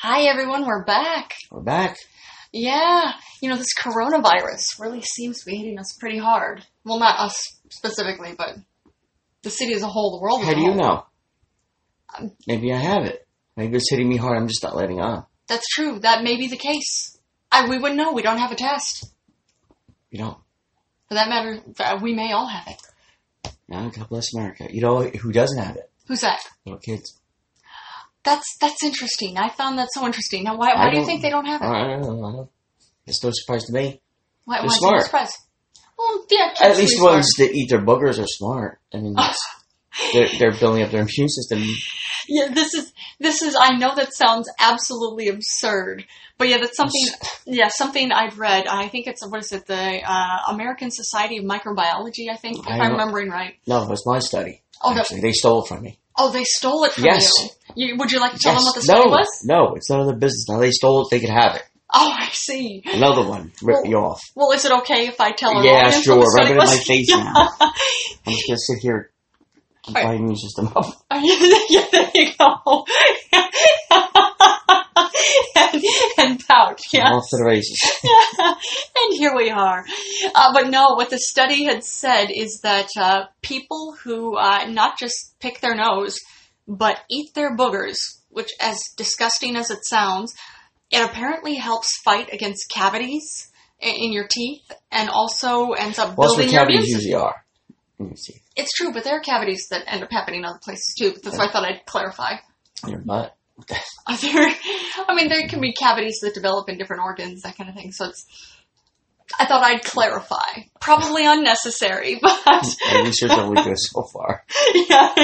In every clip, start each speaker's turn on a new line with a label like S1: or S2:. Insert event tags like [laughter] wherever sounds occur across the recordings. S1: Hi, everyone. We're back.
S2: We're back.
S1: Yeah. You know, this coronavirus really seems to be hitting us pretty hard. Well, not us specifically, but the city as a whole, the world as
S2: How
S1: a
S2: do you
S1: whole.
S2: know?
S1: Um,
S2: Maybe I have it. Maybe it's hitting me hard. I'm just not letting on.
S1: That's true. That may be the case. I, we wouldn't know. We don't have a test.
S2: You don't.
S1: For that matter, uh, we may all have it.
S2: No, God bless America. You know who doesn't have it?
S1: Who's that?
S2: Little kids.
S1: That's that's interesting. I found that so interesting. Now, why,
S2: I
S1: why do you
S2: don't-
S1: think they don't have
S2: I
S1: it?
S2: don't know. I don't know. It's no surprise to me.
S1: Why,
S2: they're
S1: why is it a
S2: smart.
S1: surprise? Well, yeah, kids
S2: At
S1: can be
S2: least
S1: smart.
S2: ones that eat their boogers are smart. I mean,
S1: [laughs]
S2: it's- they're, they're building up their immune system.
S1: Yeah, this is this is. I know that sounds absolutely absurd, but yeah, that's something. Yeah, something I'd read. I think it's what is it? The uh, American Society of Microbiology. I think, if
S2: I
S1: I
S2: don't-
S1: am remembering right.
S2: No, it was my study.
S1: Oh, the-
S2: actually, they stole it from me.
S1: Oh, they stole it from
S2: Yes.
S1: you. you. Would you like to tell them what the
S2: Yes.
S1: study
S2: no,
S1: was?
S2: no, it's none of their business. Now they stole it. They could have it.
S1: Oh, I see.
S2: Another one ripped
S1: Well,
S2: you off.
S1: Well, is it okay if I tell her?
S2: Yeah,
S1: audience
S2: sure.
S1: what the
S2: Rub it
S1: study
S2: in my
S1: was? [laughs]
S2: face
S1: Yeah.
S2: now. I'm just gonna sit here. Keep
S1: Alright.
S2: my immune system up.
S1: yeah, there you go. [laughs] and, and pout. Yeah.
S2: Off to the races.
S1: [laughs] and here we are. Uh, but no, what the study had said is that uh, people who uh, not just pick their nose, but eat their boogers, which, as disgusting as it sounds, it apparently helps fight against cavities i- in your teeth and also ends up
S2: Well, that's
S1: building
S2: what
S1: your immune
S2: cavities
S1: system.
S2: usually are. Let me see.
S1: It's true, but there are cavities that end up happening in other places too. That's why I thought I'd clarify.
S2: Your butt.
S1: Are there, I mean, there can be cavities that develop in different organs, that kind of thing. So it's, I thought I'd clarify. Probably unnecessary, [laughs] but
S2: My research only goes so far.
S1: yeah,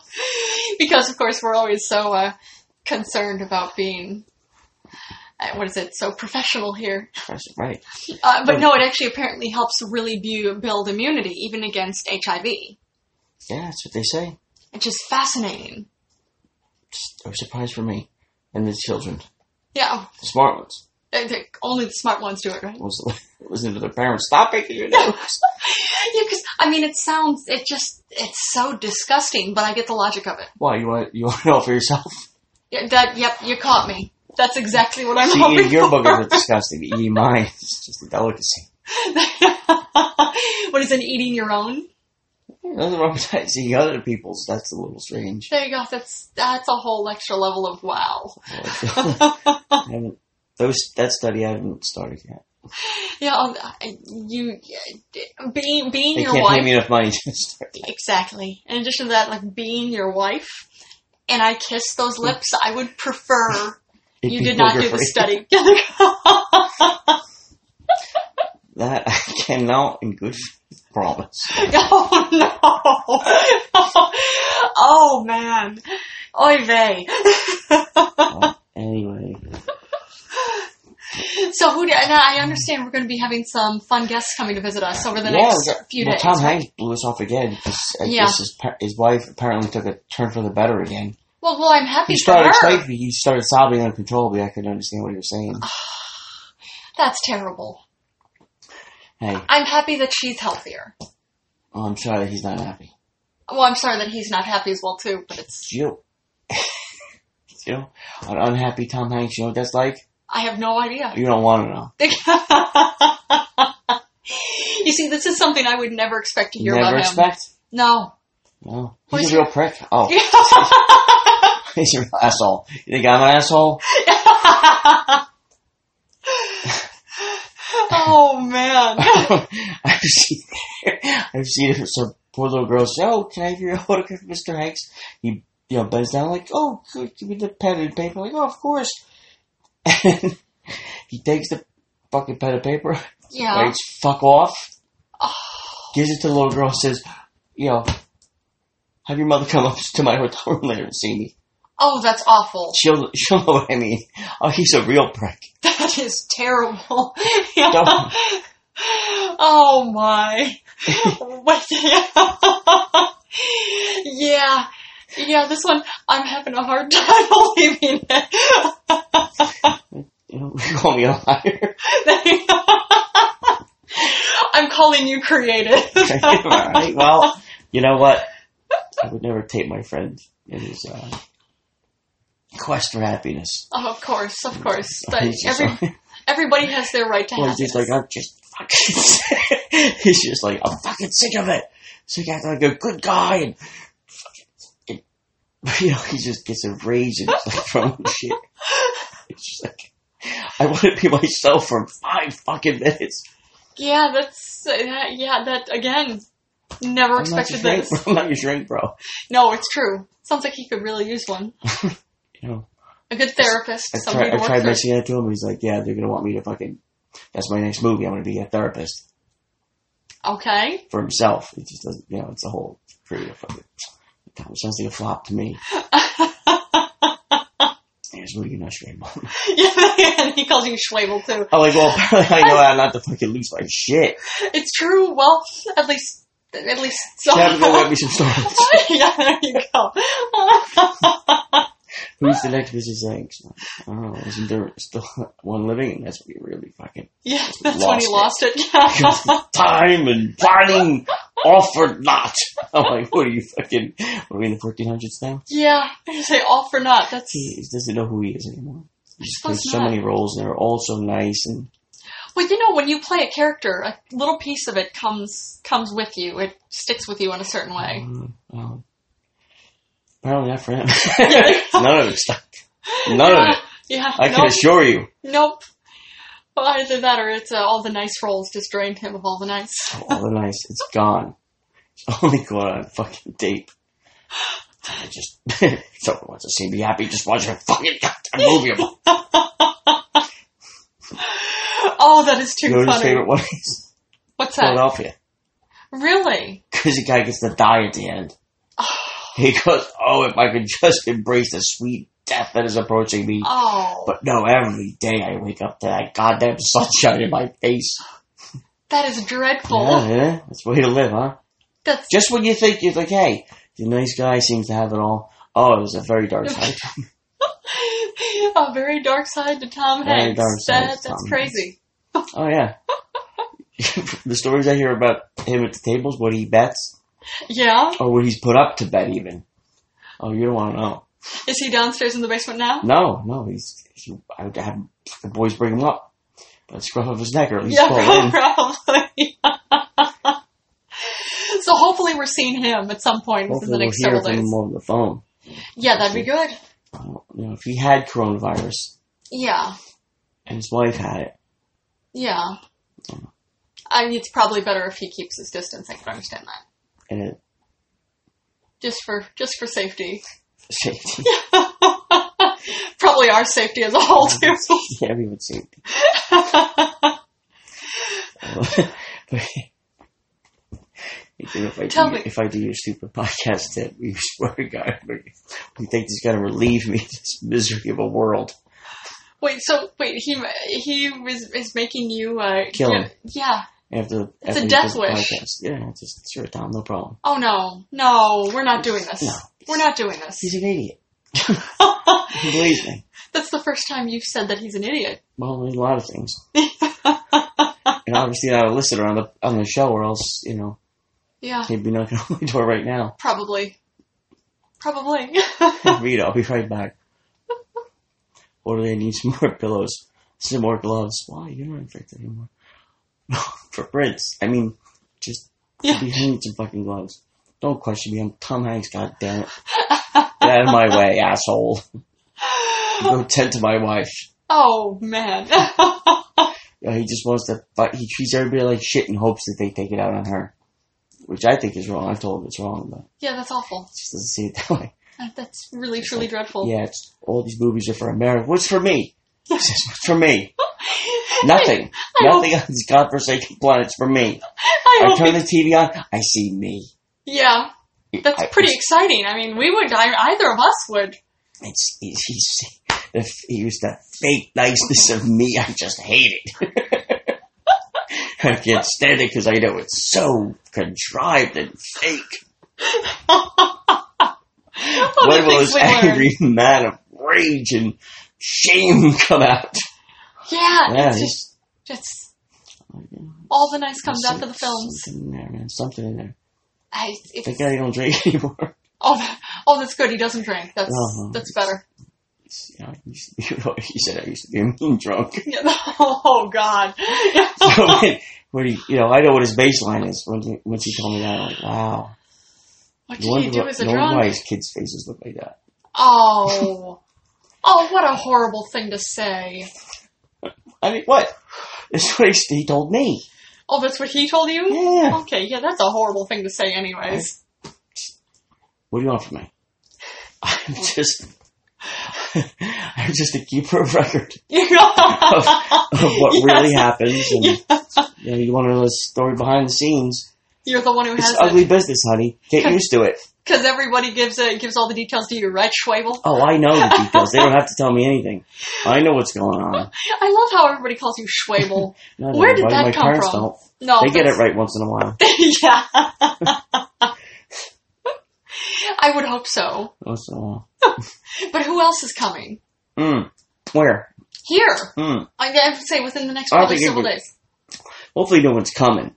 S1: [laughs] because of course we're always so uh, concerned about being. uh, What is it? So professional here,
S2: That's right.
S1: uh, but no, it actually apparently helps really bu- build immunity, even against HIV.
S2: Yeah, that's what they say.
S1: It's just fascinating.
S2: Just no surprise for me. And the children.
S1: Yeah,
S2: The smart ones.
S1: I think only the smart ones do it, right?
S2: Was listening to their parents. Stop picking your nose.
S1: Yeah, because I mean, it sounds it just it's so disgusting, but I get the logic of it.
S2: Why, you want you want to know
S1: [laughs]
S2: for yourself?
S1: Yeah, that yep, you caught me. That's exactly what I'm
S2: See,
S1: hoping
S2: eating E, your
S1: for.
S2: boogers are disgusting. but Eating mine is just a delicacy.
S1: [laughs] what is it? Eating your own?
S2: There's Nothing wrong with that. Seeing other people's, that's a
S1: [laughs]
S2: little strange.
S1: There you go. That's that's a whole extra level of
S2: [laughs]
S1: wow.
S2: I haven't, those, that study I haven't started yet.
S1: Yeah, um, I- you yeah, being being
S2: They
S1: your
S2: can't pay
S1: wife
S2: me enough money to start.
S1: exactly. In addition to that, like being your wife, and I kiss those lips. I would prefer
S2: It'd [laughs]
S1: you
S2: be
S1: did not do the study.
S2: booger-free.
S1: [laughs]
S2: [laughs] That [laughs] I cannot in good faith promise.
S1: [laughs] Oh no! [laughs] oh man! Oy vey! [laughs]
S2: Well, anyway,
S1: so who? Do, and I understand we're going to be having some fun guests coming to visit us over the
S2: yeah,
S1: next
S2: well,
S1: few
S2: well,
S1: days.
S2: Tom Hanks blew us off again because I
S1: Yeah.
S2: guess his, par- his wife apparently took a turn for the better again.
S1: well, well, I'm happy
S2: He
S1: for her.
S2: started excited, he started sobbing uncontrollably. I couldn't understand what he was saying.
S1: That's terrible.
S2: Hey,
S1: I'm happy that she's healthier.
S2: well, I'm sorry he's not happy.
S1: Well, I'm sorry that he's not happy as well too. But it's
S2: You, [laughs] you know, an unhappy Tom Hanks. You know what that's like?
S1: I have no idea. [laughs]
S2: You don't want to know.
S1: you see, this is something I would never expect to
S2: You
S1: hear
S2: never
S1: about him.
S2: expect. [laughs]
S1: No.
S2: No,
S1: What is
S2: he's a real prick. Oh, [laughs] he's a real asshole. You think I'm an asshole?
S1: oh man.
S2: [laughs] I've seen, [laughs] I've seen it. So poor little girl say, "Oh, can I have your [laughs] autograph, Mr. Hanks?" He, you know, bends down like, "Oh, good, give me the pen and paper." like, "Oh, of course." [laughs] And he takes the fucking pen and paper,
S1: Yeah.
S2: writes "fuck off," gives it to the little girl, says, "You know, have your mother come up to my [laughs] hotel room later and see me.
S1: Oh, that's awful. [laughs]
S2: She'll, she'll know what I mean." Oh, he's a real prick. [laughs]
S1: That is terrible. [laughs] Yeah.
S2: Don't-
S1: Oh my. What the- [laughs] yeah. Yeah, this one I'm having a hard [laughs] time believing it. [laughs]
S2: You know, you call me a liar.
S1: I'm calling you
S2: [laughs]
S1: creative.
S2: Alright, Well, you know what? I would never tape my friend in his uh, quest for happiness.
S1: Oh, [laughs] of course, of course.
S2: [laughs]
S1: But
S2: He's just
S1: every,
S2: like,
S1: everybody has their right to
S2: well,
S1: have
S2: he's just like, I'm just [laughs] fucking. he's just like, I'm fucking sick of it. Sick of acting like a good guy and fucking. [laughs] You know, he just gets enraged and like
S1: [laughs]
S2: throwing shit. It's just like, I want to be myself for five fucking minutes.
S1: Yeah, that's uh, yeah. That again, never
S2: I'm not,
S1: expected
S2: your shrink,
S1: this.
S2: bro. I'm not your shrink, bro.
S1: No, it's true. Sounds like he could really use one.
S2: You know,
S1: A good therapist,
S2: I
S1: somebody to
S2: tried, I
S1: work
S2: tried
S1: through.
S2: mentioning that to him. He's like, yeah, they're gonna want me to fucking. That's my next movie. I'm gonna be a therapist.
S1: Okay. [laughs]
S2: for himself. It just doesn't, you know, it's a whole creative fucking. That sounds like a flop to me. Here's what you know, Rainbow.
S1: Yeah, [laughs] and he calls you Schwabel too.
S2: [laughs] I'm like, well, [laughs] apparently I know how not to fucking lose my shit.
S1: It's true. Well, at least at least so.
S2: Sam, go get me some stories.
S1: [laughs] yeah, there you go.
S2: Who's the next Mrs. Zanks? I don't know. Isn't there still [laughs] one living? And that's what you really fucking
S1: [laughs] yeah, that's when he lost
S2: Lost
S1: it. [laughs]
S2: time and planning off or not. I'm like, what are you fucking? What are we in the 1400s now?
S1: yeah, you say all for naught. That's
S2: He doesn't know who he is anymore. He just
S1: suppose
S2: plays so
S1: not.
S2: many roles, and they're all so nice and
S1: Well, you know, when you play a character, a little piece of it comes comes with you. It sticks with you in a certain way.
S2: Mm, well, apparently not for him. [laughs]
S1: Yeah.
S2: None of it stuck. [laughs] None of it.
S1: Yeah.
S2: I can
S1: nope.
S2: assure you.
S1: nope. Well, either that or it's uh, all the nice roles just drained him of all the nice. [laughs]
S2: All the nice, it's gone. It's only gone on fucking tape. I just, [laughs] someone wants to see me happy, just watch a fucking goddamn movie about
S1: Oh, that is too
S2: You know what his
S1: funny.
S2: favorite one is?
S1: What's that?
S2: Philadelphia.
S1: Really?
S2: Because the guy gets to die at the end. He goes, oh, if I could just embrace the sweet death that is approaching me.
S1: Oh,
S2: But no, every day I wake up to that goddamn sunshine in my face.
S1: that is dreadful.
S2: Yeah, yeah, that's the way to live, huh?
S1: That's [laughs]
S2: Just when you think you're like, hey, the nice guy seems to have it all. Oh, there's a very dark side.
S1: a very dark side to Tom
S2: Very
S1: Hanks.
S2: dark side
S1: That- that's
S2: to Tom
S1: crazy.
S2: oh yeah. [laughs] the stories I hear about him at the tables, what he bets,
S1: Yeah.
S2: or what he's put up to bet, even. Oh, you don't want to know.
S1: Is he downstairs in the basement now?
S2: No, no, he's. He, I would have the boys bring him up by the scruff of his neck, or at least
S1: Yeah, [laughs]
S2: pull him in.
S1: probably. [laughs] so hopefully we're seeing him at some point within the
S2: Hopefully, we'll
S1: next
S2: hear
S1: several
S2: from
S1: days.
S2: him over the phone.
S1: Yeah, that'd be good.
S2: I don't- You know, if he had coronavirus
S1: Yeah,
S2: and his wife had it,
S1: yeah. I mean, it's probably better if he keeps his distance. I can understand that.
S2: and it, [laughs]
S1: Just for just for safety. [laughs]
S2: safety,
S1: probably our safety as a whole too.
S2: everyone's safety. But- You know, [laughs] if I,
S1: Tell
S2: do,
S1: me.
S2: if I do your stupid podcast tip, you [laughs] swear to God, we- we think he's going to relieve me of this misery of a world.
S1: [laughs] wait, so wait, he he is, is making you uh,
S2: Kill him.
S1: Yeah.
S2: After,
S1: It's
S2: after
S1: a
S2: he
S1: death
S2: does the
S1: wish.
S2: Podcast. Yeah, just sure, Tom, no problem.
S1: Oh no, no, we're not doing this.
S2: No.
S1: We're not doing this.
S2: He's an idiot. he believes me.
S1: [laughs] That's the first time you've said that he's an idiot.
S2: Well, there's a lot of
S1: [laughs]
S2: things. and obviously not a listener on the on the show, or else you know
S1: Yeah,
S2: he'd be knocking on my door right now.
S1: probably.
S2: [laughs]
S1: Probably. [laughs]
S2: Rita, I'll be right back. Or do they need some more pillows? Some more gloves? Why? You're not infected anymore. [laughs] For Prince. I mean, just
S1: Yeah.
S2: be hanging some fucking gloves. Don't question me. I'm Tom Hanks, God damn it. Get out of my way, asshole. Go tend to my wife.
S1: oh man. [laughs]
S2: You know, he just wants to fight. He treats everybody like shit and hopes that they take it out on her. Which I think is wrong. I'm told it's wrong, but
S1: yeah, that's awful.
S2: it just doesn't see it that way.
S1: That- Ah, That's really, truly dreadful. [laughs]
S2: Yeah, it's, all these movies are for America. What's for me? [laughs] He says, What's for me?
S1: I
S2: Nothing.
S1: hope-
S2: Nothing on this godforsaken planet's for me.
S1: I
S2: I
S1: hope
S2: turn the TV on, I see me.
S1: yeah, that's
S2: I-
S1: pretty exciting. I mean, we would, I, either of us would. [laughs]
S2: It's, it's, he's, the, f- he was the fake niceness of me. I just hate it. [laughs] I can't stand it because I know it's so contrived and fake.
S1: Oh,
S2: when
S1: the
S2: will
S1: things
S2: this
S1: we learn.
S2: angry man of rage and shame [laughs]
S1: [laughs]
S2: come out?
S1: Yeah,
S2: Yeah,
S1: it's
S2: he's-
S1: just, just all the nice comes
S2: Some-
S1: out of the films.
S2: Something in there, man. Something in there.
S1: I, it's,
S2: Thank God I don't drink [laughs] anymore.
S1: oh, oh, that's good. He doesn't drink. That's
S2: Uh-huh.
S1: that's better. [laughs]
S2: you know, he, [laughs] he said I used to be a mean drunk.
S1: oh God.
S2: [laughs]
S1: [laughs]
S2: so when, when he, you know, I know what his baseline is. When he- Once he told me that, I'm like, wow.
S1: what
S2: No
S1: did he
S2: wonder,
S1: do
S2: why-
S1: as a
S2: no wonder why
S1: drunk?
S2: his kids' faces look like that.
S1: Oh. Oh, what a horrible thing to say.
S2: I mean, what? [laughs] That's what he, he told me.
S1: Oh, that's what he told you?
S2: Yeah.
S1: Okay, yeah, that's a horrible thing to say
S2: [laughs]
S1: anyways. [laughs]
S2: What do you want from me? [laughs] I'm just, [laughs] I'm just a keeper of record of, of
S1: [laughs]
S2: what
S1: Yes.
S2: really happens, and you, know, you want to know the story behind the scenes.
S1: You're the one who
S2: It's
S1: has
S2: ugly
S1: it.
S2: business, honey.
S1: [laughs]
S2: Get used to it.
S1: Because everybody gives it, gives all the details to you, right, Schwabel?
S2: Oh, I know the details. they don't have to tell me anything. I know what's going
S1: [laughs]
S2: on.
S1: I love how everybody calls you Schwabel.
S2: Not
S1: Where did that
S2: everybody. My
S1: come
S2: parents
S1: from?
S2: Don't.
S1: No,
S2: [laughs] They get it
S1: that's-
S2: right once in a while.
S1: [laughs] yeah. I would hope so.
S2: Once in a while.
S1: But who else is coming?
S2: Mm. Where?
S1: Here.
S2: Mm.
S1: I I would say within the next
S2: I don't
S1: probably
S2: think it
S1: several
S2: would-
S1: days. Eh,
S2: Hopefully no one's coming.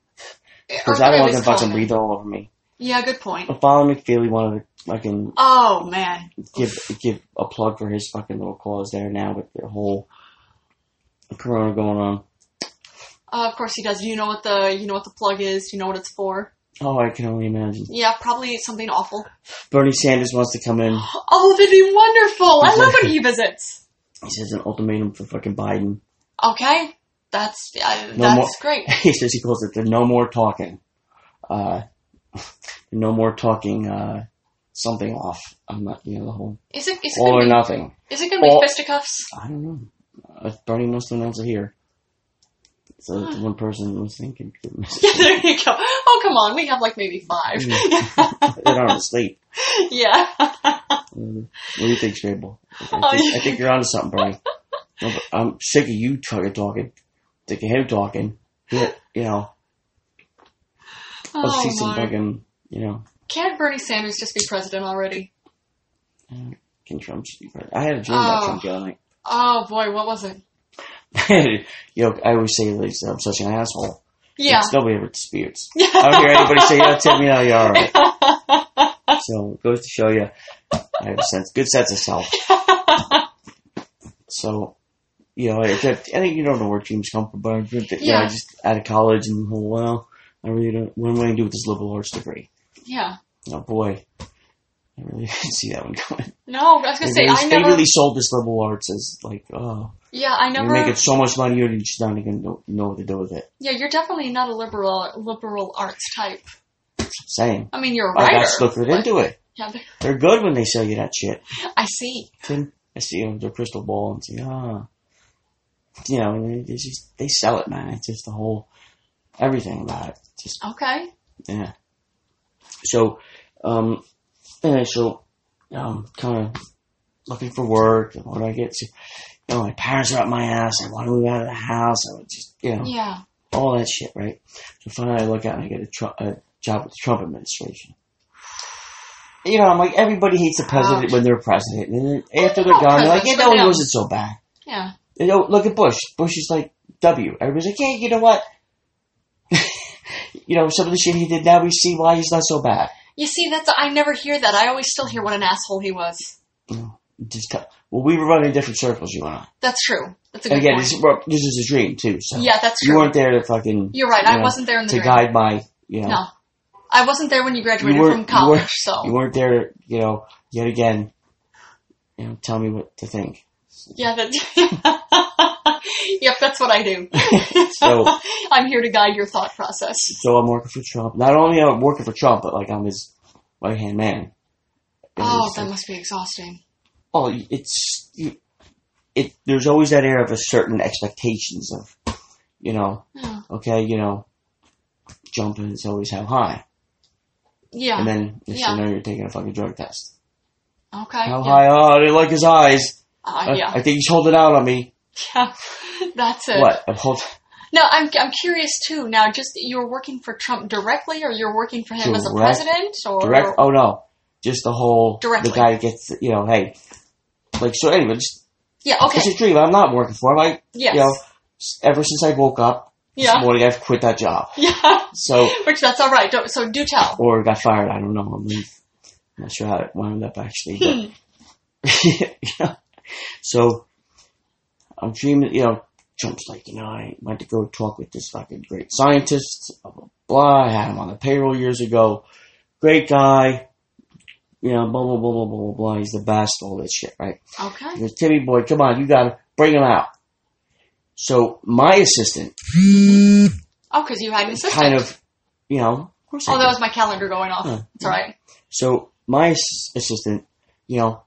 S2: Because
S1: Or
S2: I don't
S1: at
S2: want
S1: least
S2: them fucking
S1: calling.
S2: Oh. breathe all over me.
S1: Yeah, good point.
S2: If Father McFeely wanted to fucking
S1: Oh, man.
S2: give give a plug for his fucking little cause there now with the whole corona going on.
S1: Uh, of course he does. You know what the you know what the plug is. You know what it's for.
S2: Oh, I can only imagine.
S1: Yeah, probably something awful.
S2: Bernie Sanders wants to come in.
S1: Oh, that'd be wonderful. I love when he visits.
S2: He says an ultimatum for fucking Biden. [laughs]
S1: Okay, that's uh, that's
S2: No more-
S1: great.
S2: he says he calls it the no more talking. Uh, [laughs] no more talking, uh, something off. I'm not, you know, the whole
S1: Is it is it
S2: all
S1: gonna
S2: [laughs] or
S1: be,
S2: nothing.
S1: is it gonna be
S2: all-
S1: fisticuffs? [laughs]
S2: I don't know. Uh, Bernie wants to announce it here. So that the one person was thinking, [laughs]
S1: Yeah, there you go. Oh, come on, we have like maybe five. [laughs]
S2: they're not asleep.
S1: yeah.
S2: [laughs] Um, What do you think, Scramble? I think,
S1: Oh,
S2: I think you're onto something, Bernie. No, but I'm sick of you fucking talking. Sick of him talking. Yeah, you know, let's
S1: Oh
S2: see some
S1: my.
S2: fucking, you know,
S1: Can't Bernie Sanders just be president already?
S2: can Trump should be president. I had a dream about
S1: Oh.
S2: Trump the other night.
S1: Oh boy, what was it?
S2: [laughs] you know, I always say like, I'm such an asshole.
S1: Yeah. [laughs]
S2: It's nobody ever disputes. I don't hear anybody say that to me. No, you're all right. [laughs] So it goes to show you, I have a sense, good sense
S1: [laughs]
S2: of self. So, you know, I, kept- I think you don't know where dreams come from, but I think that, yeah.
S1: Yeah.
S2: I just out of college and oh, well, I really don't. What am I going to do with this liberal arts degree?
S1: [laughs] Yeah.
S2: Oh boy, I really [laughs] didn't see that one coming.
S1: No, I was
S2: They
S1: gonna say
S2: really,
S1: I
S2: they
S1: never.
S2: really sold this liberal arts as like, oh,
S1: yeah, I
S2: you're
S1: never.
S2: making so much money, you're just not even know, know what to do with it.
S1: Yeah, you're definitely not a liberal liberal arts type.
S2: Same.
S1: I mean, you're a
S2: I
S1: writer.
S2: got stuck right
S1: but-
S2: into it.
S1: Yeah, but-
S2: They're good when they sell you that shit.
S1: I see.
S2: Then I see them with their crystal ball and say, ah, you know, and they, they just they sell it, man. It's just the whole everything about it. It's just
S1: Okay.
S2: yeah. So, um, anyway, so um, kind of looking for work. And what do I get? To, you know, my parents are up my ass. I want to move out of the house. I would just, you know,
S1: Yeah.
S2: all that shit, right? So finally, I look out and I get a, tr- a job with the Trump administration. You know, I'm like, everybody hates the president when they're president, and then after they're
S1: Oh,
S2: gone, they're like, yeah,
S1: presidents
S2: that
S1: were
S2: one
S1: down.
S2: wasn't so bad.
S1: Yeah.
S2: You know, look at Bush. Bush is like W. Everybody's like, yeah, you know what? [laughs] you know, some of the shit he did. Now we see why he's not so bad.
S1: You see, that's I never hear that. I always still hear what an asshole he was.
S2: Just cut. well, we were running different circles, you and I.
S1: That's true. That's a good
S2: And again,
S1: point.
S2: this, well, this is a dream too. So
S1: yeah, that's
S2: you
S1: true.
S2: weren't there to fucking.
S1: You're right.
S2: you
S1: I
S2: know,
S1: wasn't there in the
S2: to
S1: dream.
S2: guide my. You know,
S1: No, I wasn't there when you graduated
S2: You weren't-
S1: from
S2: you weren't-
S1: college. so
S2: you weren't there, you know, yet again, you know, tell me what to think.
S1: yeah, that. [laughs] yep, that's what I do.
S2: [laughs]
S1: [laughs]
S2: So,
S1: I'm here to guide your thought process.
S2: so I'm working for Trump. Not only am I working for Trump, but like I'm his right hand man. And
S1: Oh,
S2: it's
S1: that
S2: like,
S1: must be exhausting.
S2: oh, it's you, it. There's always that air of a certain expectations of, you know,
S1: Yeah.
S2: okay, you know, jumping is always how high, and
S1: Yeah.
S2: then next
S1: Yeah.
S2: you know you're taking a fucking drug test.
S1: Okay.
S2: How
S1: yeah.
S2: high? Oh, I didn't like his eyes.
S1: Uh,
S2: I-
S1: yeah.
S2: I, think he's holding out on me.
S1: [laughs] that's it.
S2: What? I'm hold,
S1: No, I'm I'm curious too. Now, just you're working for Trump directly, or you're working for him as a
S2: Direct-
S1: president, or
S2: Direct? Oh no, just the whole
S1: Directly.
S2: the guy gets you know. Hey, like so. Anyway, just,
S1: yeah, okay,
S2: it's a dream. I'm not working for him. I
S1: yes,
S2: you know, s- ever since I woke up this
S1: yeah,
S2: morning, I've quit that job.
S1: [laughs] yeah.
S2: So
S1: Which that's all right. Don't, so do
S2: [laughs]
S1: tell.
S2: or got fired. I [laughs] don't know. I'm, I'm not sure how it wound up actually. But,
S1: Hmm.
S2: you know, So I'm dreaming, you know, Trump's like, you know, I went to go talk with this fucking great scientist, blah, blah, blah. I had him on the payroll years ago. Great guy. You know, blah, blah, blah, blah, blah, blah, blah. He's the best, all this shit, right? He
S1: Okay.
S2: goes, Timmy boy, come on, you gotta bring him out. So my assistant
S1: Oh, because you had an assistant.
S2: kind of, you know, of course I
S1: oh, that
S2: did.
S1: was my calendar going off.
S2: Huh.
S1: It's all right.
S2: So my ass- assistant, you know,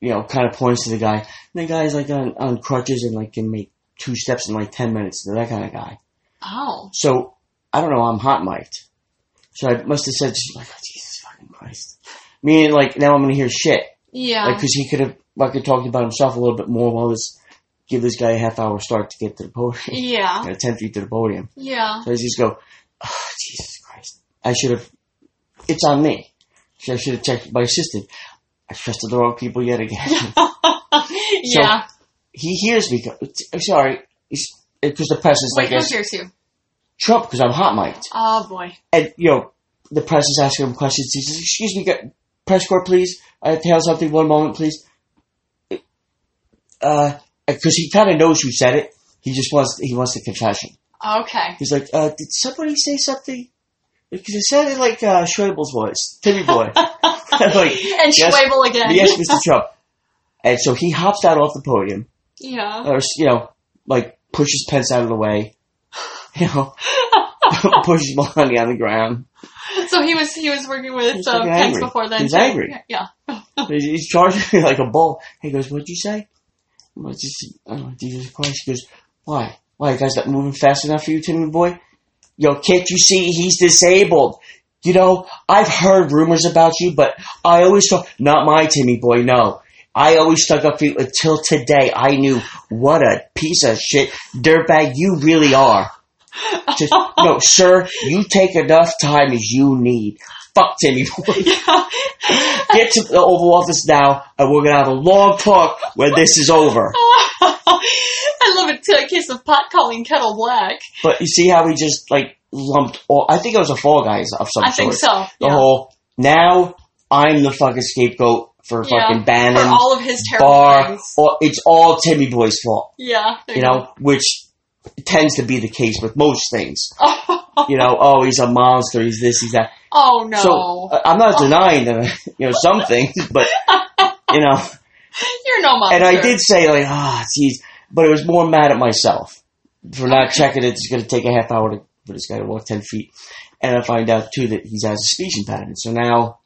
S2: you know, kind of points to the guy. And the guy's like on, on crutches and like can make two steps in like ten minutes. That kind of guy.
S1: Oh.
S2: So I don't know. I'm hot mic'd. So I must have said, just like, oh, Jesus fucking Christ. Meaning like now I'm gonna hear shit.
S1: Yeah.
S2: Like 'cause he could have fucking talked about himself a little bit more while this give this guy a half hour start to get to the podium.
S1: yeah.
S2: Got [laughs] ten feet to the podium.
S1: Yeah. [laughs]
S2: So I just go, oh, Jesus Christ. I should have, it's on me. I should have checked my assistant. I trusted the wrong people yet again.
S1: yeah.
S2: [laughs] he hears me go, I'm sorry, because the press is
S1: Wait,
S2: like
S1: who
S2: this,
S1: hears you?
S2: Trump, because I'm hot mic'd.
S1: Oh, boy.
S2: And, you know, the press is asking him questions. He says, excuse me, get- press corps, please. I have to have something, one moment, please. Uh, because he kind of knows who said it. He just wants, he wants the confession.
S1: Okay.
S2: He's like, uh, did somebody say something? Because it sounded like uh, Schwabel's voice, Timmy boy. [laughs] like,
S1: and
S2: yes,
S1: Schwabel again.
S2: yes, Mr. Trump. And so he hops out off the podium,
S1: yeah.
S2: or you know, like pushes Pence out of the way, you know, [laughs] pushes Melania on the ground.
S1: So he was he was working with
S2: He's
S1: uh,
S2: fucking
S1: Pence
S2: angry.
S1: before then.
S2: He's
S1: too.
S2: angry.
S1: Yeah.
S2: [laughs] He's, he's charging me like a bull. He goes, "What'd you say?" I'm like, "Just- oh, Jesus Christ. He goes, "Why? Why? You guys not moving fast enough for you, Timmy boy? Yo, can't you see he's disabled? You know, I've heard rumors about you, but I always thought, not my Timmy boy, no." I always stuck up for you until today. I knew what a piece of shit dirtbag you really are. Just, no, sir, you take enough time as you need. Fuck Timmy boy
S1: Yeah. [laughs]
S2: get to the Oval Office now, and we're gonna have a long talk when this is over.
S1: I love it. too. A case of pot calling kettle black.
S2: But you see how we just like lumped all. I think it was a Fall Guys of some
S1: I
S2: sort.
S1: think so.
S2: The
S1: yeah.
S2: whole now I'm the fucking scapegoat for
S1: Yeah.
S2: fucking
S1: For
S2: Bannon,
S1: all of his terrible
S2: Barr.
S1: things.
S2: Or, it's all Timmy Boy's fault,
S1: Yeah. there
S2: you
S1: go.
S2: know, which tends to be the case with most things.
S1: [laughs] Oh,
S2: You know, oh, he's a monster. He's this. He's that.
S1: no.
S2: So I- I'm not denying that [laughs] you know some things, but you know.
S1: [laughs] You're no monster.
S2: and I did say like, ah, jeez, but it was more mad at myself for not checking it. It's going to take a half hour to, for this guy to walk ten feet, and I find out too that he's has a speech impediment. So now,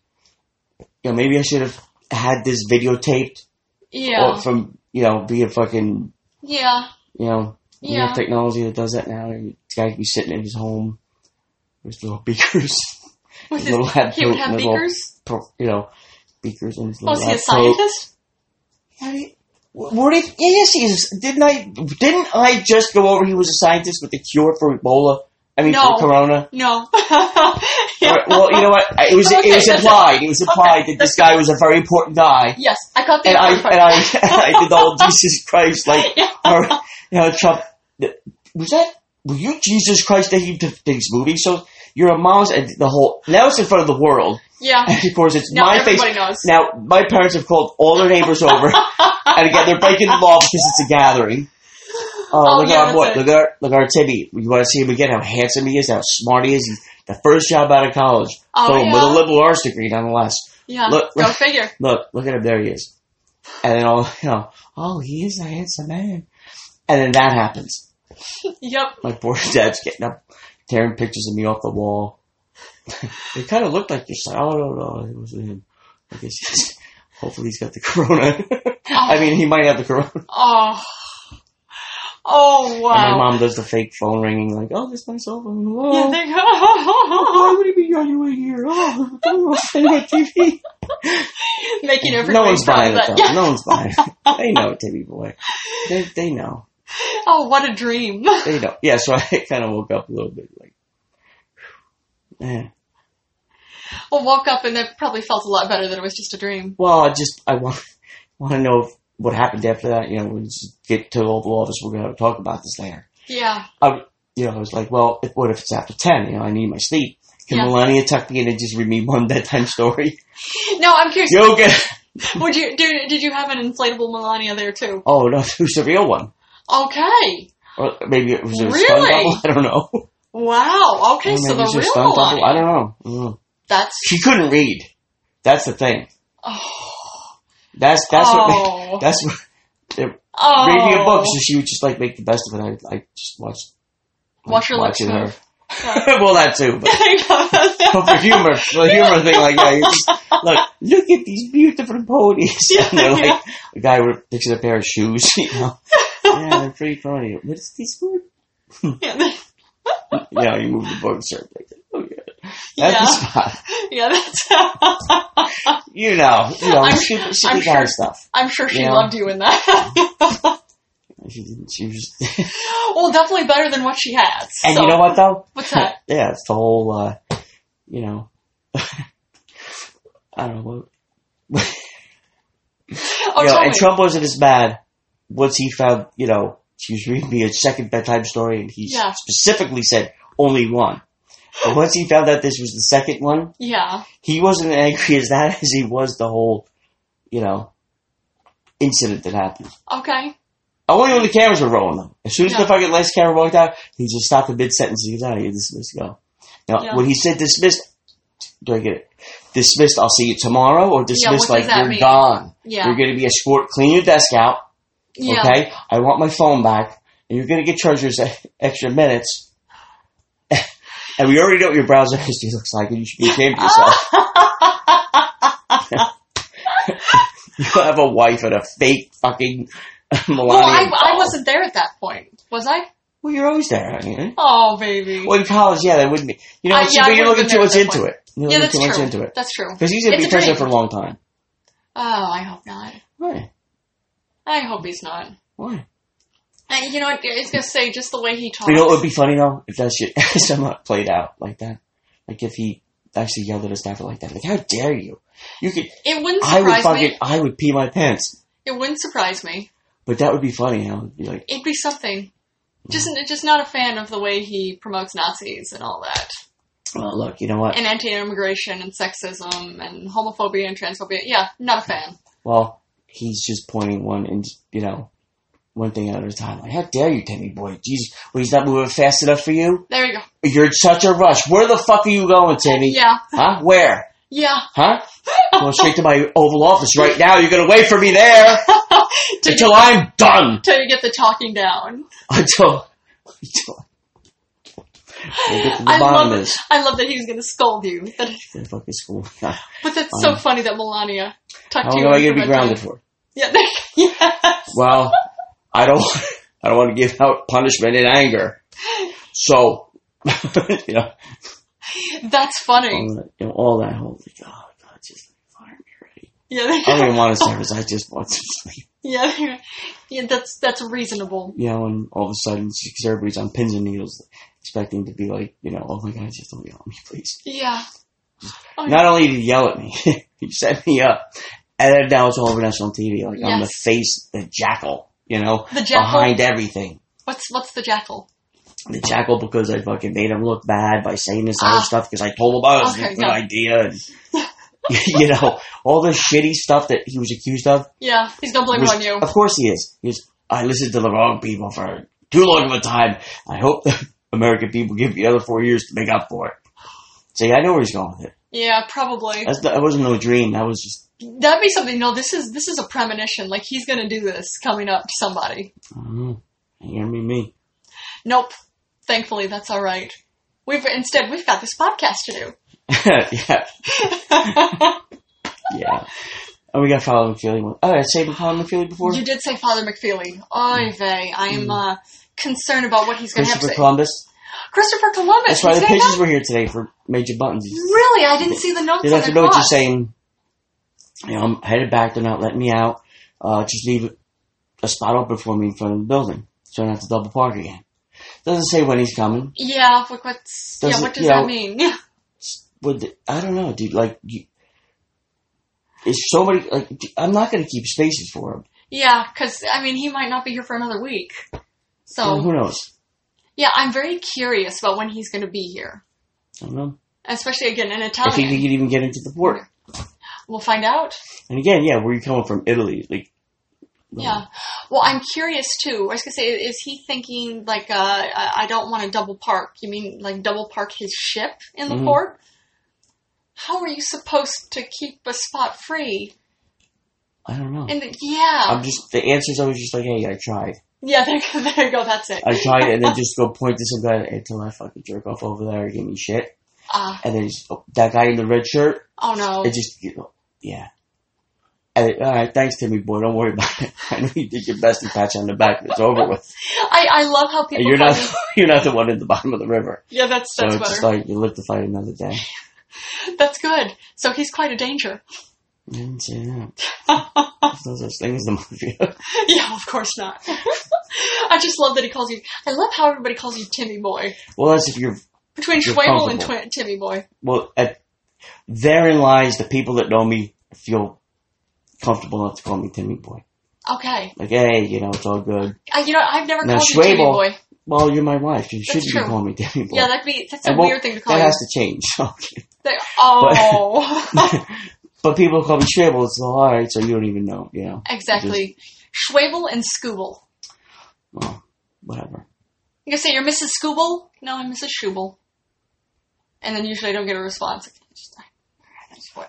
S2: you know, maybe I should have had this videotaped
S1: Yeah.
S2: or from you know via fucking
S1: yeah.
S2: you know we
S1: Yeah.
S2: have technology that does that now. This guy could be sitting in his home with little [laughs] beakers,
S1: With his,
S2: little hat,
S1: he would have
S2: little,
S1: beakers.
S2: pro- you know, beakers in his little
S1: Was he a
S2: lab coat.
S1: scientist?
S2: How do you- What if? Yes, he's. Didn't I? Didn't I just go over? He was a scientist with the cure for Ebola. I mean,
S1: No. [laughs]
S2: for Corona.
S1: No. Yeah.
S2: Or- Well, you know what? I- It was.
S1: Okay,
S2: it was
S1: that's-
S2: implied. It was implied that this guy was a very important guy.
S1: [laughs] Yes, I caught the
S2: And I
S1: important part.
S2: and I, I [laughs] did all Jesus Christ
S1: [laughs]
S2: like,
S1: Yeah.
S2: or, you know, Trump. Was that? Were you Jesus Christ that he did things movie? So you're a mouse, and the whole now it's in front of the world. [laughs]
S1: yeah.
S2: And of course, it's
S1: Now
S2: my face.
S1: everybody knows.
S2: Now my parents have called all their
S1: [laughs]
S2: neighbors over. And again, they're breaking the law because it's a gathering. Oh,
S1: Oh,
S2: look
S1: yeah,
S2: at our boy.
S1: that's it.
S2: Look at our, look at our Timmy. You want to see him again? How handsome he is, how smart he is. He's the first job out of college.
S1: Oh,
S2: Boom,
S1: yeah.
S2: with a liberal arts degree, nonetheless.
S1: yeah.
S2: Look-
S1: Go figure.
S2: Look, look at him. There he is. And then all, [laughs] you know, oh, he is a handsome man. And then that happens.
S1: Yep.
S2: My poor dad's getting up, tearing pictures of me off the wall. [laughs] it kind of looked like your son. Oh, no, no, it wasn't him. I guess he's, hopefully he's got the [laughs] corona. [laughs] I mean, he might have the corona.
S1: Oh. Oh
S2: And my
S1: wow.
S2: mom does the fake phone ringing, like, oh, this is my cell phone.
S1: You
S2: Whoa.
S1: think-
S2: Why would he be on your way here? Oh, [laughs] I'm watching
S1: [laughs]
S2: my TV.
S1: [laughs] Making everybody
S2: no one's
S1: proud
S2: buying
S1: of
S2: it,
S1: that.
S2: though.
S1: Yeah.
S2: No one's buying it.
S1: [laughs]
S2: They know, Timmy boy. They, they know.
S1: Oh, what a dream. [laughs]
S2: They know. Yeah, so [laughs] I kind of woke up a little bit, like, [sighs] eh.
S1: Well, woke up and that probably felt a lot better than it was just a dream.
S2: Well, I just, I want, [laughs] want to know what happened after that. You know, when you get to the Oval Office, we're going to talk about this later.
S1: Yeah.
S2: you know, I was like, well, if, what if it's after 10? You know, I need my sleep. Can
S1: Yeah.
S2: Melania tuck me in and just read me one [laughs] bedtime story?
S1: No, I'm curious.
S2: You'll get,
S1: Would you do? Did you have an inflatable Melania there too?
S2: Oh no, [laughs] it was a real one.
S1: Okay.
S2: Or maybe it was a stunt
S1: Really?
S2: double. I don't know. [laughs]
S1: Wow. Okay,
S2: Or
S1: so
S2: maybe it was a
S1: the real
S2: stunt double. I
S1: Melania.
S2: don't know. I don't know.
S1: That's
S2: She couldn't read. That's the thing.
S1: oh,
S2: That's that's what.
S1: oh,
S2: [laughs] That's what,
S1: oh.
S2: reading a book, so she would just like make the best of it. I, I just watched
S1: Wash your lips
S2: watching her.
S1: smooth.
S2: [laughs] well, that too, but but for humor, for the humor thing like that. you just, look, look at these beautiful ponies. and they're like, a guy would picks up a pair of shoes. [laughs] You know, yeah, they're pretty pony. What is these for?
S1: [laughs] yeah,
S2: Yeah, you move the book and start like, oh yeah, that's
S1: Yeah.
S2: the spot.
S1: yeah, that's.
S2: You know, you know,
S1: I'm-
S2: she she
S1: I'm
S2: did that
S1: sure-
S2: stuff.
S1: [laughs] I'm sure she
S2: Yeah.
S1: loved you in that. [laughs]
S2: She didn't. She was,
S1: well, definitely better than what she had.
S2: and
S1: so,
S2: you know what though?
S1: What's
S2: [laughs]
S1: that?
S2: yeah, it's the whole, uh, you know, [laughs] I don't know. What,
S1: Oh,
S2: you know,
S1: tell
S2: and
S1: me.
S2: Trump wasn't as bad once he found, you know, she was reading me a second bedtime story and he
S1: Yeah.
S2: specifically said only one. But once he found out this was the second one,
S1: yeah.
S2: he wasn't as angry as that as he was the whole, you know, incident that happened.
S1: Okay.
S2: Only when the cameras were rolling though. As soon as
S1: Yeah.
S2: the fucking last camera walked out, he just stopped in mid sentence and he goes, Oh, you dismissed, go. Now
S1: Yeah.
S2: when he said dismissed do I get it? Dismissed, I'll see you tomorrow or dismissed
S1: does
S2: like
S1: that
S2: you're
S1: mean?
S2: gone.
S1: Yeah.
S2: You're gonna be a sport, clean your desk out.
S1: yeah.
S2: Okay, I want my phone back, and you're going to get charged those e- extra minutes. [laughs] and we already know what your browser [laughs] history looks like, and you should be ashamed of yourself.
S1: [laughs]
S2: you have a wife and a fake fucking [laughs]
S1: [laughs]
S2: Melania.
S1: Well, I, I wasn't there at that point, was I?
S2: Well, you're always there, aren't you?
S1: Oh, baby.
S2: Well, in college, yeah, they wouldn't be. You know,
S1: I-
S2: it's-
S1: Uh, yeah, I
S2: but you don't
S1: would've
S2: get
S1: been
S2: too
S1: there at that
S2: much into
S1: point.
S2: it. You don't
S1: yeah,
S2: get
S1: that's
S2: too much
S1: true.
S2: into it.
S1: That's true.
S2: Because he's going to
S1: It's a
S2: be president for
S1: dream.
S2: a long time.
S1: Oh, I hope not.
S2: Why?
S1: I hope he's not.
S2: Why?
S1: And you know what? I was gonna say just the way he talks.
S2: You know what would be funny, though? If that shit [laughs] somehow played out like that. Like if he actually yelled at a staffer like that. Like, how dare you? You could
S1: it wouldn't
S2: I would
S1: surprise
S2: fucking,
S1: me.
S2: I would pee my pants.
S1: It wouldn't surprise me.
S2: But that would be funny. I would be like,
S1: It'd be something. Just just not a fan of the way he promotes Nazis and all that,
S2: well, "Oh, look, you know what?
S1: and anti-immigration and sexism and homophobia and transphobia. Yeah, not a fan.
S2: Well, he's just pointing one and you know, one thing at a time. Like, how dare you, Timmy boy? Jesus, well, he's not moving fast enough for you.
S1: There you go.
S2: You're in such a rush. Where the fuck are you going, Timmy?
S1: Yeah,
S2: Huh? Where?
S1: yeah.
S2: Huh? Going straight to my Oval Office right now. You're gonna wait for
S1: [laughs]
S2: me there
S1: Till
S2: until I'm done.
S1: till you get the talking down.
S2: Until,
S1: [laughs]
S2: until we'll get to the
S1: I
S2: bottom
S1: love
S2: of this.
S1: I love that he's gonna scold you. That,
S2: Gonna fucking school.
S1: but that's so
S2: Um,
S1: funny that Melania
S2: How
S1: tucked
S2: long
S1: you.
S2: am I
S1: in
S2: gonna be
S1: for that
S2: grounded
S1: time.
S2: for?
S1: Yeah, [laughs] yes.
S2: Well, I don't. [laughs] I don't want to give out punishment in anger. So, [laughs] you know,
S1: That's funny.
S2: all that, you know, all that whole like, oh god, just fire me already.
S1: Yeah, there-
S2: I don't even want to service. I just want to sleep.
S1: [laughs] yeah, there- yeah. That's that's reasonable.
S2: You know, and all of a sudden, because everybody's on pins and needles, expecting to be like, you know, oh my god, just don't yell at me, please.
S1: Yeah. Oh,
S2: Not only did he yell at me, [laughs] he set me up, and then now it's all over national TV. Like I'm the
S1: Yes.
S2: face, the jackal, you know,
S1: the jackal.
S2: behind everything.
S1: What's what's the jackal?
S2: the jackal because I fucking made him look bad by saying this
S1: Ah.
S2: other stuff because I told him I was
S1: Okay,
S2: a good
S1: yeah.
S2: idea and
S1: [laughs]
S2: [laughs] you know all the shitty stuff that he was accused of.
S1: Yeah, he's gonna blame it
S2: was-
S1: on you.
S2: Of course he is. He was, I listened to the wrong people for too long of a time. I hope [laughs] the American people give me another four years to make up for it. See, I know where he's going with it.
S1: Yeah, probably.
S2: That's not, that wasn't no dream. That was just
S1: That'd be something. No, this is this is a premonition. Like he's gonna do this coming up to somebody.
S2: I don't know. Ain't gonna be me. [laughs]
S1: Nope. Thankfully, that's all right. We've instead we've got this podcast to
S2: [laughs]
S1: do.
S2: yeah, yeah. Oh, we got Father McFeely. one. Oh, I saved Father McFeely before.
S1: You did say Father McFeely. Oy vey, I'm
S2: Mm.
S1: uh, concerned about what he's going to have to
S2: Christopher
S1: say.
S2: Columbus.
S1: Christopher Columbus.
S2: That's why
S1: he's
S2: the
S1: gonna
S2: pigeons
S1: have-
S2: were here today for Major Buttons.
S1: Really, I didn't see the notes.
S2: They
S1: on
S2: let
S1: their
S2: them know what you're
S1: clock.
S2: saying. You know, I'm headed back. They're not letting me out. Uh, just leave a spot open for me in front of the building, so I don't have to double park again. Doesn't say when he's coming.
S1: Yeah, but what's yeah?
S2: Doesn't-
S1: What does
S2: you
S1: that
S2: know-
S1: mean? [laughs]
S2: Would the, I don't know, dude. Like, you, it's so many. Like, d- I'm not going to keep spaces for him.
S1: Yeah, because I mean, he might not be here for another week.
S2: You know, who
S1: So
S2: knows?
S1: yeah, I'm very curious about when he's going to be here,
S2: I don't know
S1: especially again in
S2: if he
S1: Italian.
S2: could even get into the port.
S1: We'll find out.
S2: And again, yeah, where you coming from? Italy, like.
S1: Yeah. Well, I'm curious too. I was gonna say, is he thinking like, uh, I I don't want to double park? You mean like double park his ship in the
S2: Mhm.
S1: port? How are you supposed to keep a spot free?
S2: I don't know.
S1: And the, yeah,
S2: I'm just the answer's always just like, hey, I tried,
S1: yeah. [laughs] There, you go- there you go. That's it.
S2: I tried, and then just go point to some guy until I fucking jerk off over there and give me shit,
S1: Ah,
S2: and then just, oh, that guy in the red shirt,
S1: oh no.
S2: it just you know, yeah. And, all right, thanks, Timmy boy. Don't worry about it. [laughs] I know you did your best to patch on the back, but it's over with.
S1: I, I love how people.
S2: And you're
S1: call
S2: not
S1: me-
S2: [laughs] you're not the one at the bottom of the river,
S1: Yeah, that's
S2: so
S1: that's
S2: it's just
S1: better.
S2: like you live to fight another day.
S1: that's good. So he's quite a danger. [laughs]
S2: I didn't say that. There's no such thing as the mafia. [laughs]
S1: yeah, of course not. [laughs] I just love that he calls you. I love how everybody calls you Timmy Boy.
S2: well, that's if you're
S1: Between
S2: You're
S1: Schwabel and
S2: comfortable.
S1: Twi- Timmy Boy.
S2: well. At, therein lies the people that know me feel comfortable enough to call me Timmy boy.
S1: Okay.
S2: Like, hey, you know, it's all good.
S1: I, you know, I've never
S2: Now,
S1: called you Timmy
S2: Schwabel-
S1: Boy.
S2: Well, you're my wife. You
S1: That's
S2: shouldn't
S1: true.
S2: be calling me [laughs] Timmy boy.
S1: Yeah, that'd be that's a
S2: And, well,
S1: weird thing to call
S2: that
S1: you.
S2: has to change. [laughs]
S1: They- oh,
S2: But people call me Schwabel, it's all alright, so you don't even know, you know.
S1: [laughs] exactly. Schwabel and Scooble.
S2: Well, whatever.
S1: You can say you're Mrs. Scooble. No, I'm Mrs. Schubel. And then usually I don't get a response. Just,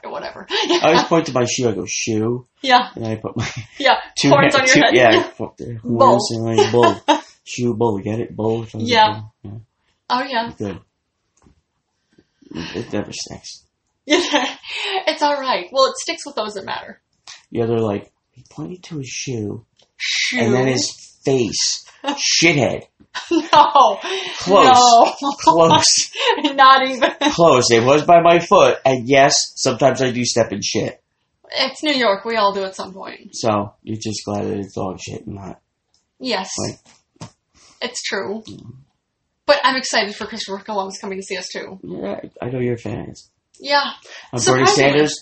S1: whatever. [laughs]
S2: I always point to my shoe, I go, shoe,
S1: yeah,
S2: and I put my [laughs]
S1: yeah.
S2: two
S1: Horns
S2: ha-
S1: on your
S2: two-
S1: head.
S2: Yeah, fuck the horns and like bull.
S1: [laughs]
S2: Shoe bull, get it? Bull. something like
S1: Yeah.
S2: that. yeah.
S1: [laughs] Oh yeah.
S2: Good. It never sticks.
S1: Yeah, [laughs] it's all right. Well, it sticks with those that matter.
S2: Yeah, they're like, he pointed to his shoe,
S1: Shoe.
S2: and then his face. Shithead.
S1: [laughs] no,
S2: Close. Close.
S1: no, [laughs] not even.
S2: Close. It was by my foot, and yes, sometimes I do step in shit.
S1: It's New York. We all do at some point.
S2: So, you're just glad that it's dog shit and not
S1: Yes,
S2: Right.
S1: it's true. But I'm excited for Christopher Columbus coming to see us too.
S2: Yeah, I know you're fans.
S1: Yeah,
S2: Uh, Bernie
S1: Surprisingly,
S2: Sanders.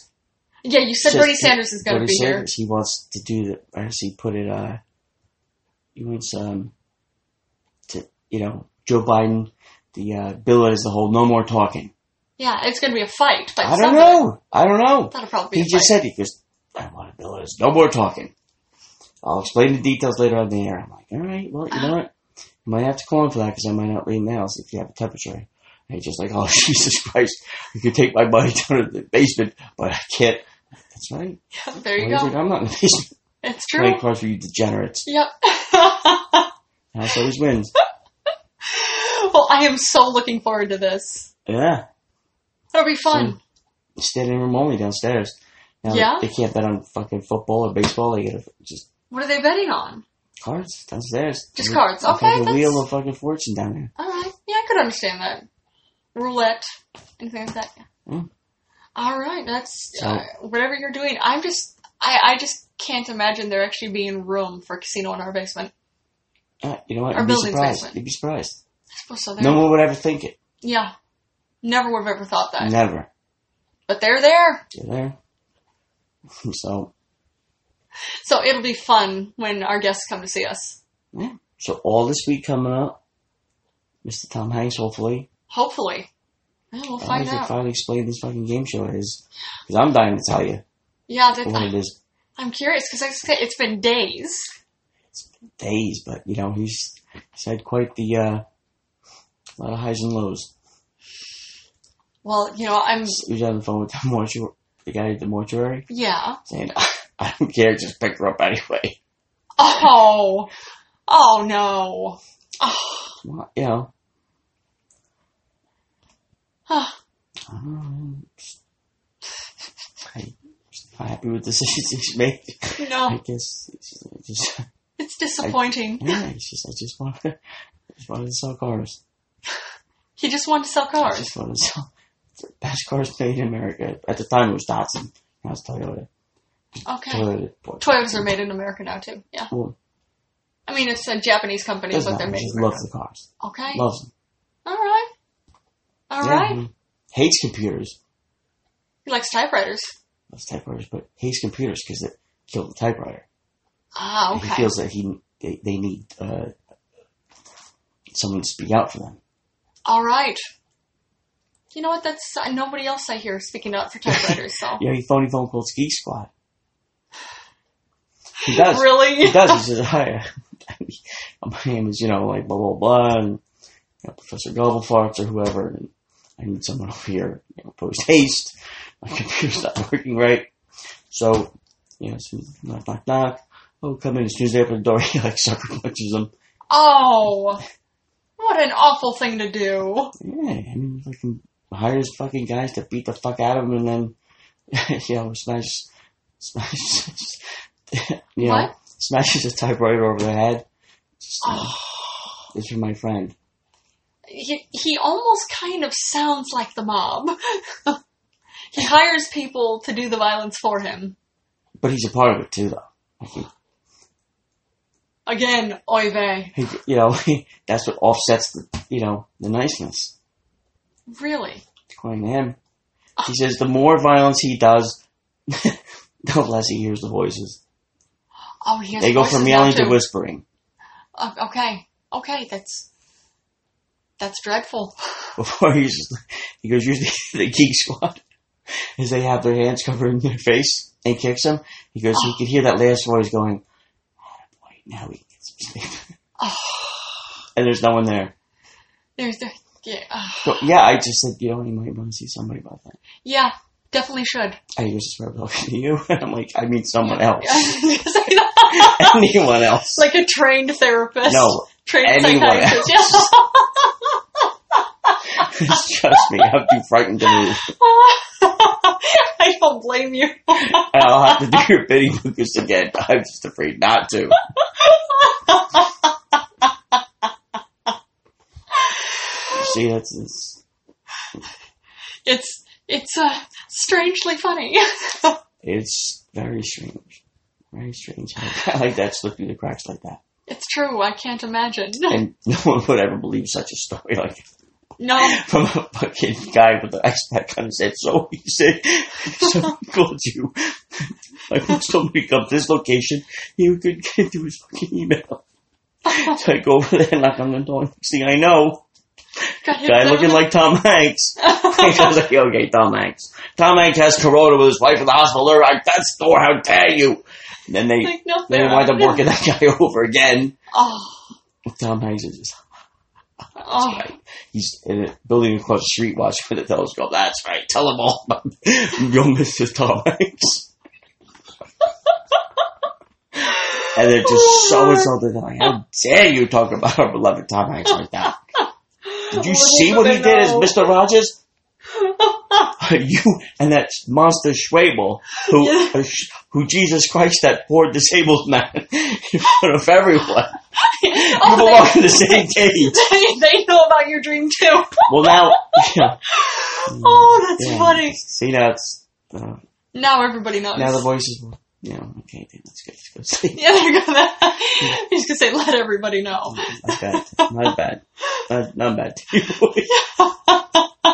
S1: yeah. You said
S2: says-
S1: Bernie Sanders is going to
S2: Bernie
S1: be here.
S2: Sanders. He wants to do the. I guess he put it. Uh, he wants um, to you know Joe Biden. The uh, bill is the whole no more talking.
S1: Yeah, it's going to be a fight. But
S2: I
S1: some
S2: don't
S1: of it-
S2: know. I don't know.
S1: That'll probably be
S2: He
S1: a
S2: just
S1: fight.
S2: said he goes. I want a bill is no more talking. I'll explain the details later on the air. I'm like, all right, well, you know what? You might have to call him for that because I might not leave the house if you have a temperature. And he's just like, oh, [laughs] Jesus Christ, you can take my money down to the basement, but I can't. That's right.
S1: [laughs] there you
S2: Well, he's
S1: go.
S2: like, I'm not in the basement.
S1: It's true.
S2: Playing cards for you degenerates.
S1: Yep. [laughs]
S2: House always wins.
S1: well, I am so looking forward to this.
S2: Yeah.
S1: It'll be fun.
S2: Standing room only downstairs. Now they-
S1: Yeah?
S2: They can't bet on fucking football or baseball. They get a, just
S1: What are they betting on?
S2: cards downstairs.
S1: Just cards.
S2: A
S1: Okay,
S2: fucking
S1: that's-
S2: wheel of fucking fortune down there.
S1: All right. Yeah, I could understand that. Roulette, anything like that. Yeah.
S2: Mm.
S1: All right. That's
S2: So-
S1: uh, whatever you're doing. I'm just, I, I just can't imagine there actually being room for a casino in our basement.
S2: Ah, you know what?
S1: Our
S2: You'd be
S1: building's
S2: surprised.
S1: basement.
S2: You'd be surprised.
S1: I suppose so. There.
S2: No one would ever think it.
S1: Yeah. Never would have ever thought that.
S2: Never.
S1: But they're there.
S2: You're there. [laughs] So,
S1: So it'll be fun when our guests come to see us.
S2: yeah. So all this week coming up, Mr. Tom Hanks, hopefully.
S1: Hopefully. Yeah, we'll
S2: I
S1: find
S2: have to
S1: out.
S2: finally explain this fucking game show is. Because I'm dying to tell you
S1: Yeah, that,
S2: what it is.
S1: I'm curious because it's been days.
S2: days, but you know he's he's had quite the uh, lot of highs and lows.
S1: Well, you know, I'm.
S2: He was on the phone with the [laughs] mortuary, the guy at the mortuary,
S1: Yeah.
S2: saying, [laughs] "I don't care, just pick her up anyway."
S1: Oh. Oh no. Oh.
S2: Well, you know,
S1: Huh.
S2: I don't know, I'm just- [laughs] I'm just not happy with the decisions he's made. I
S1: No,
S2: guess it's just, I just
S1: it's disappointing.
S2: yeah, it's just I just want to, I just wanted to sell cars.
S1: He just wanted to sell
S2: I
S1: cars.
S2: just wanted to sell the best cars made in America. At the time, it was Datsun. Now it's Toyota.
S1: Okay.
S2: Toyota. boy.
S1: Toyos are made in America now too. Yeah.
S2: Well,
S1: I mean, it's a Japanese company,
S2: doesn't
S1: but they're
S2: matter.
S1: made
S2: I
S1: in
S2: just love
S1: America.
S2: the cars.
S1: Okay.
S2: Loves them.
S1: All right. All
S2: Yeah,
S1: right.
S2: he Hates computers.
S1: He likes typewriters.
S2: Loves typewriters, but hates computers because it killed the typewriter.
S1: Ah,
S2: And He
S1: okay.
S2: feels that he they, they need uh, someone to speak out for them.
S1: All right. You know what? That's uh, nobody else I hear speaking out for typewriters.
S2: [laughs]
S1: So
S2: You know, he phony phone calls Geek Squad. He does.
S1: really,
S2: He does. He says, [laughs] "Hi, my name is you know like blah blah blah, and you know, Professor Gobblefarts or whoever, and I need someone over here you know, post haste. My [laughs] computer's not working right, so you know, so knock knock knock. Oh, come in. As soon as they open the door, [laughs] he like sucker punches them.
S1: oh, what an awful thing to do.
S2: Yeah, I mean, fucking hires fucking guys to beat the fuck out of him, and then [laughs] you know, smash, smash, [laughs] you know,
S1: What?
S2: smashes a typewriter over the head. Just, uh,
S1: Oh,
S2: This is my friend.
S1: he, he almost kind of sounds like the mob. [laughs] he hires people to do the violence for him.
S2: But he's a part of it too, though.
S1: Again, oy vey.
S2: He, you know, [laughs] that's what offsets the, you know, the niceness.
S1: Really?
S2: According to him, he says the more violence he does, [laughs] the less he hears the voices.
S1: Oh, he has
S2: they go
S1: voices
S2: from
S1: now,
S2: yelling to
S1: too.
S2: whispering.
S1: Oh, okay, okay, that's that's dreadful. [laughs]
S2: Before he's, just, he goes usually the [laughs] geek squad, as they have their hands covered in their face and kicks him. He goes, he can hear that last voice going, "Attaboy, now he gets some sleep."
S1: Oh,
S2: And there's no one there.
S1: there's the yeah, ah.
S2: So, yeah, I just said, you know, you might want to see somebody about that.
S1: yeah, definitely should.
S2: I just started talking [laughs] to you, and I'm like, I mean
S1: [laughs]
S2: someone else. anyone else.
S1: like a trained therapist.
S2: No, [laughs]
S1: trained
S2: anyone
S1: psychiatrist. Yeah.
S2: trust me, I'm too frightened to move.
S1: [laughs] I don't blame you. [laughs]
S2: And I'll have to do your bidding, Lucas, again. but I'm just afraid not to. See, that's, that's
S1: It's it's uh, strangely funny. [laughs]
S2: it's very strange. Very strange. [laughs] I like that slipped through the cracks like that.
S1: It's true. I can't imagine. [laughs]
S2: And [laughs] no one would ever believe such a story, like [laughs]
S1: No,
S2: from a fucking guy with an ice pack on his head. So he said, someone called you. I want somebody to come to this location. You could get to his fucking email. So I go over there and knock on the door. Next thing I know,
S1: God, it's
S2: guy looking
S1: evident- [laughs]
S2: like Tom Hanks. [laughs] I was like, okay, Tom Hanks. Tom Hanks has corona with his wife in the hospital. They're like, that's Thor, how dare you? And then they,
S1: like no.
S2: they wind up working that guy [laughs] over again.
S1: [laughs] Oh,
S2: Tom Hanks is just,
S1: oh.
S2: he's in a building across the street watching for the telescope. That's right. Tell him all about [laughs] young Mr. Tom Hanks. and they're just
S1: Oh,
S2: so
S1: Lord.
S2: insulted. They're like, how dare you talk about our beloved Tom Hanks
S1: [laughs]
S2: like that? Did you
S1: Little
S2: see what
S1: do
S2: he
S1: they
S2: did as
S1: know.
S2: Mr. Rogers? you [laughs] and that monster Schwabel, [laughs] who
S1: Yeah.
S2: who Jesus Christ, that poor disabled man [laughs] in front of everyone. You belong
S1: [laughs] oh,
S2: in the same cage.
S1: [laughs] they, they know about your dream too. [laughs]
S2: Well, now, [laughs] yeah,
S1: Oh, that's
S2: yeah.
S1: funny.
S2: See, now it's uh,
S1: Now everybody knows.
S2: now the voices. were- You know, okay, dude, that's good. [laughs] Let's go sleep.
S1: [laughs] yeah, they're gonna. [laughs] I'm just gonna say, let everybody know.
S2: Not bad. Not bad. Not, not bad.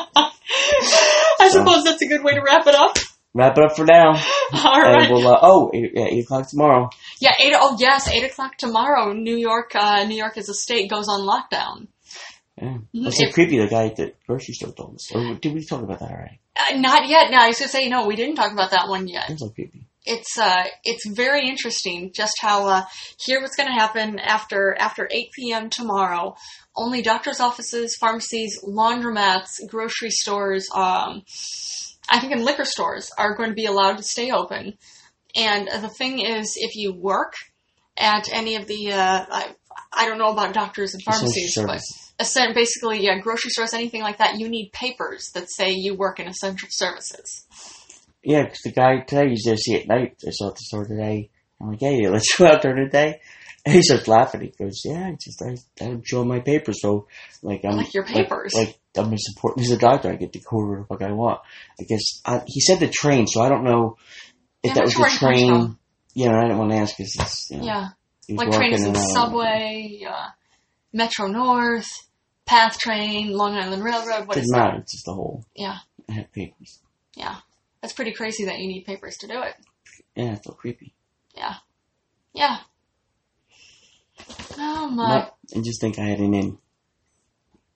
S2: [laughs]
S1: I suppose that's a good way to wrap it up. [laughs]
S2: Wrap it up for now.
S1: All
S2: And
S1: right.
S2: we'll, uh, oh, eight, yeah, 8 o'clock tomorrow.
S1: Yeah, eight. Oh yes, eight o'clock tomorrow. New York, uh, New York as a state goes on lockdown.
S2: Yeah.
S1: Mhm.
S2: That's so creepy, the guy at the grocery store told us. Or did we talk about that already?
S1: Uh, not yet. No, I was gonna say no. We didn't talk about that one yet.
S2: That's so creepy.
S1: It's uh, it's very interesting just how uh, here what's gonna happen after after eight p.m. tomorrow. Only doctors' offices, pharmacies, laundromats, grocery stores, um, I think, and liquor stores are going to be allowed to stay open. And the thing is, if you work at any of the, uh, I, I don't know about doctors and
S2: Essential
S1: pharmacies, but
S2: services.
S1: essen- basically, yeah, grocery stores, anything like that, you need papers that say you work in essential services.
S2: Yeah, 'cause the guy today he's there see at night. I saw at the store today. I'm like, hey, [laughs] they let you out during the day? And he starts laughing. He goes, yeah, I just I, I'm showing my paper, so Um, like I'm
S1: Like your papers.
S2: Like, like I'm as important as a doctor. I get to go where the fuck I want. I guess I, he said the train, so I don't know if
S1: Yeah,
S2: that
S1: I'm
S2: was
S1: sure
S2: the
S1: he comes
S2: train.
S1: from-
S2: Yeah, I didn't want to ask because it's you know,
S1: Yeah,
S2: he was
S1: like train is
S2: working
S1: in
S2: and I don't know.
S1: subway, uh, Metro North, Path Train, Long Island Railroad. What is
S2: Didn't
S1: that?
S2: matter. It's just the whole. [laughs]
S1: Yeah.
S2: I have papers.
S1: Yeah, that's pretty crazy that you need papers to do it.
S2: Yeah, it's so creepy.
S1: Yeah. Oh my. Uh,
S2: Not- I just think I had an in.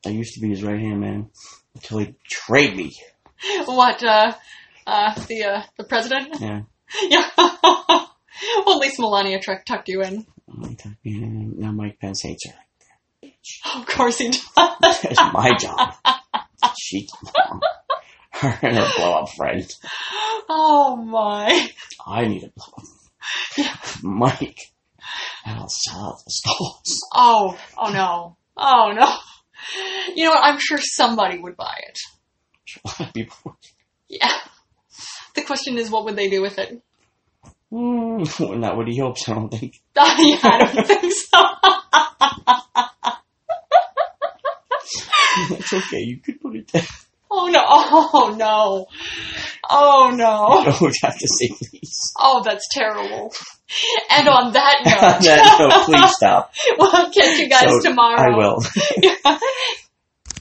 S2: I used to be his right hand man until he betrayed me.
S1: What, uh, uh, the, uh, the president? [laughs]
S2: Yeah.
S1: yeah. well, at least Melania Trek tucked you in. [laughs]
S2: Mike Tuck- and Now Mike Pence hates her. [laughs]
S1: Of course he does.
S2: That's my
S1: [laughs]
S2: job. She, [laughs] her and her blow up friend.
S1: oh my.
S2: I need a blow
S1: [laughs]
S2: up. Mike, that'll sell out the stores.
S1: Oh, oh no. Oh no. You know what? I'm sure somebody would buy it.
S2: A lot of people
S1: Yeah. The question is, what would they do with it?
S2: Mm, not what he hopes, I don't think.
S1: yeah, I don't think so.
S2: It's okay, you could put it down. [laughs]
S1: Oh no. Oh no. Oh no.
S2: I would have to say please.
S1: Oh, that's terrible. And on that
S2: [laughs] no,
S1: note,
S2: no, please stop.
S1: we'll catch [laughs] you guys
S2: So,
S1: tomorrow. [laughs]
S2: I will.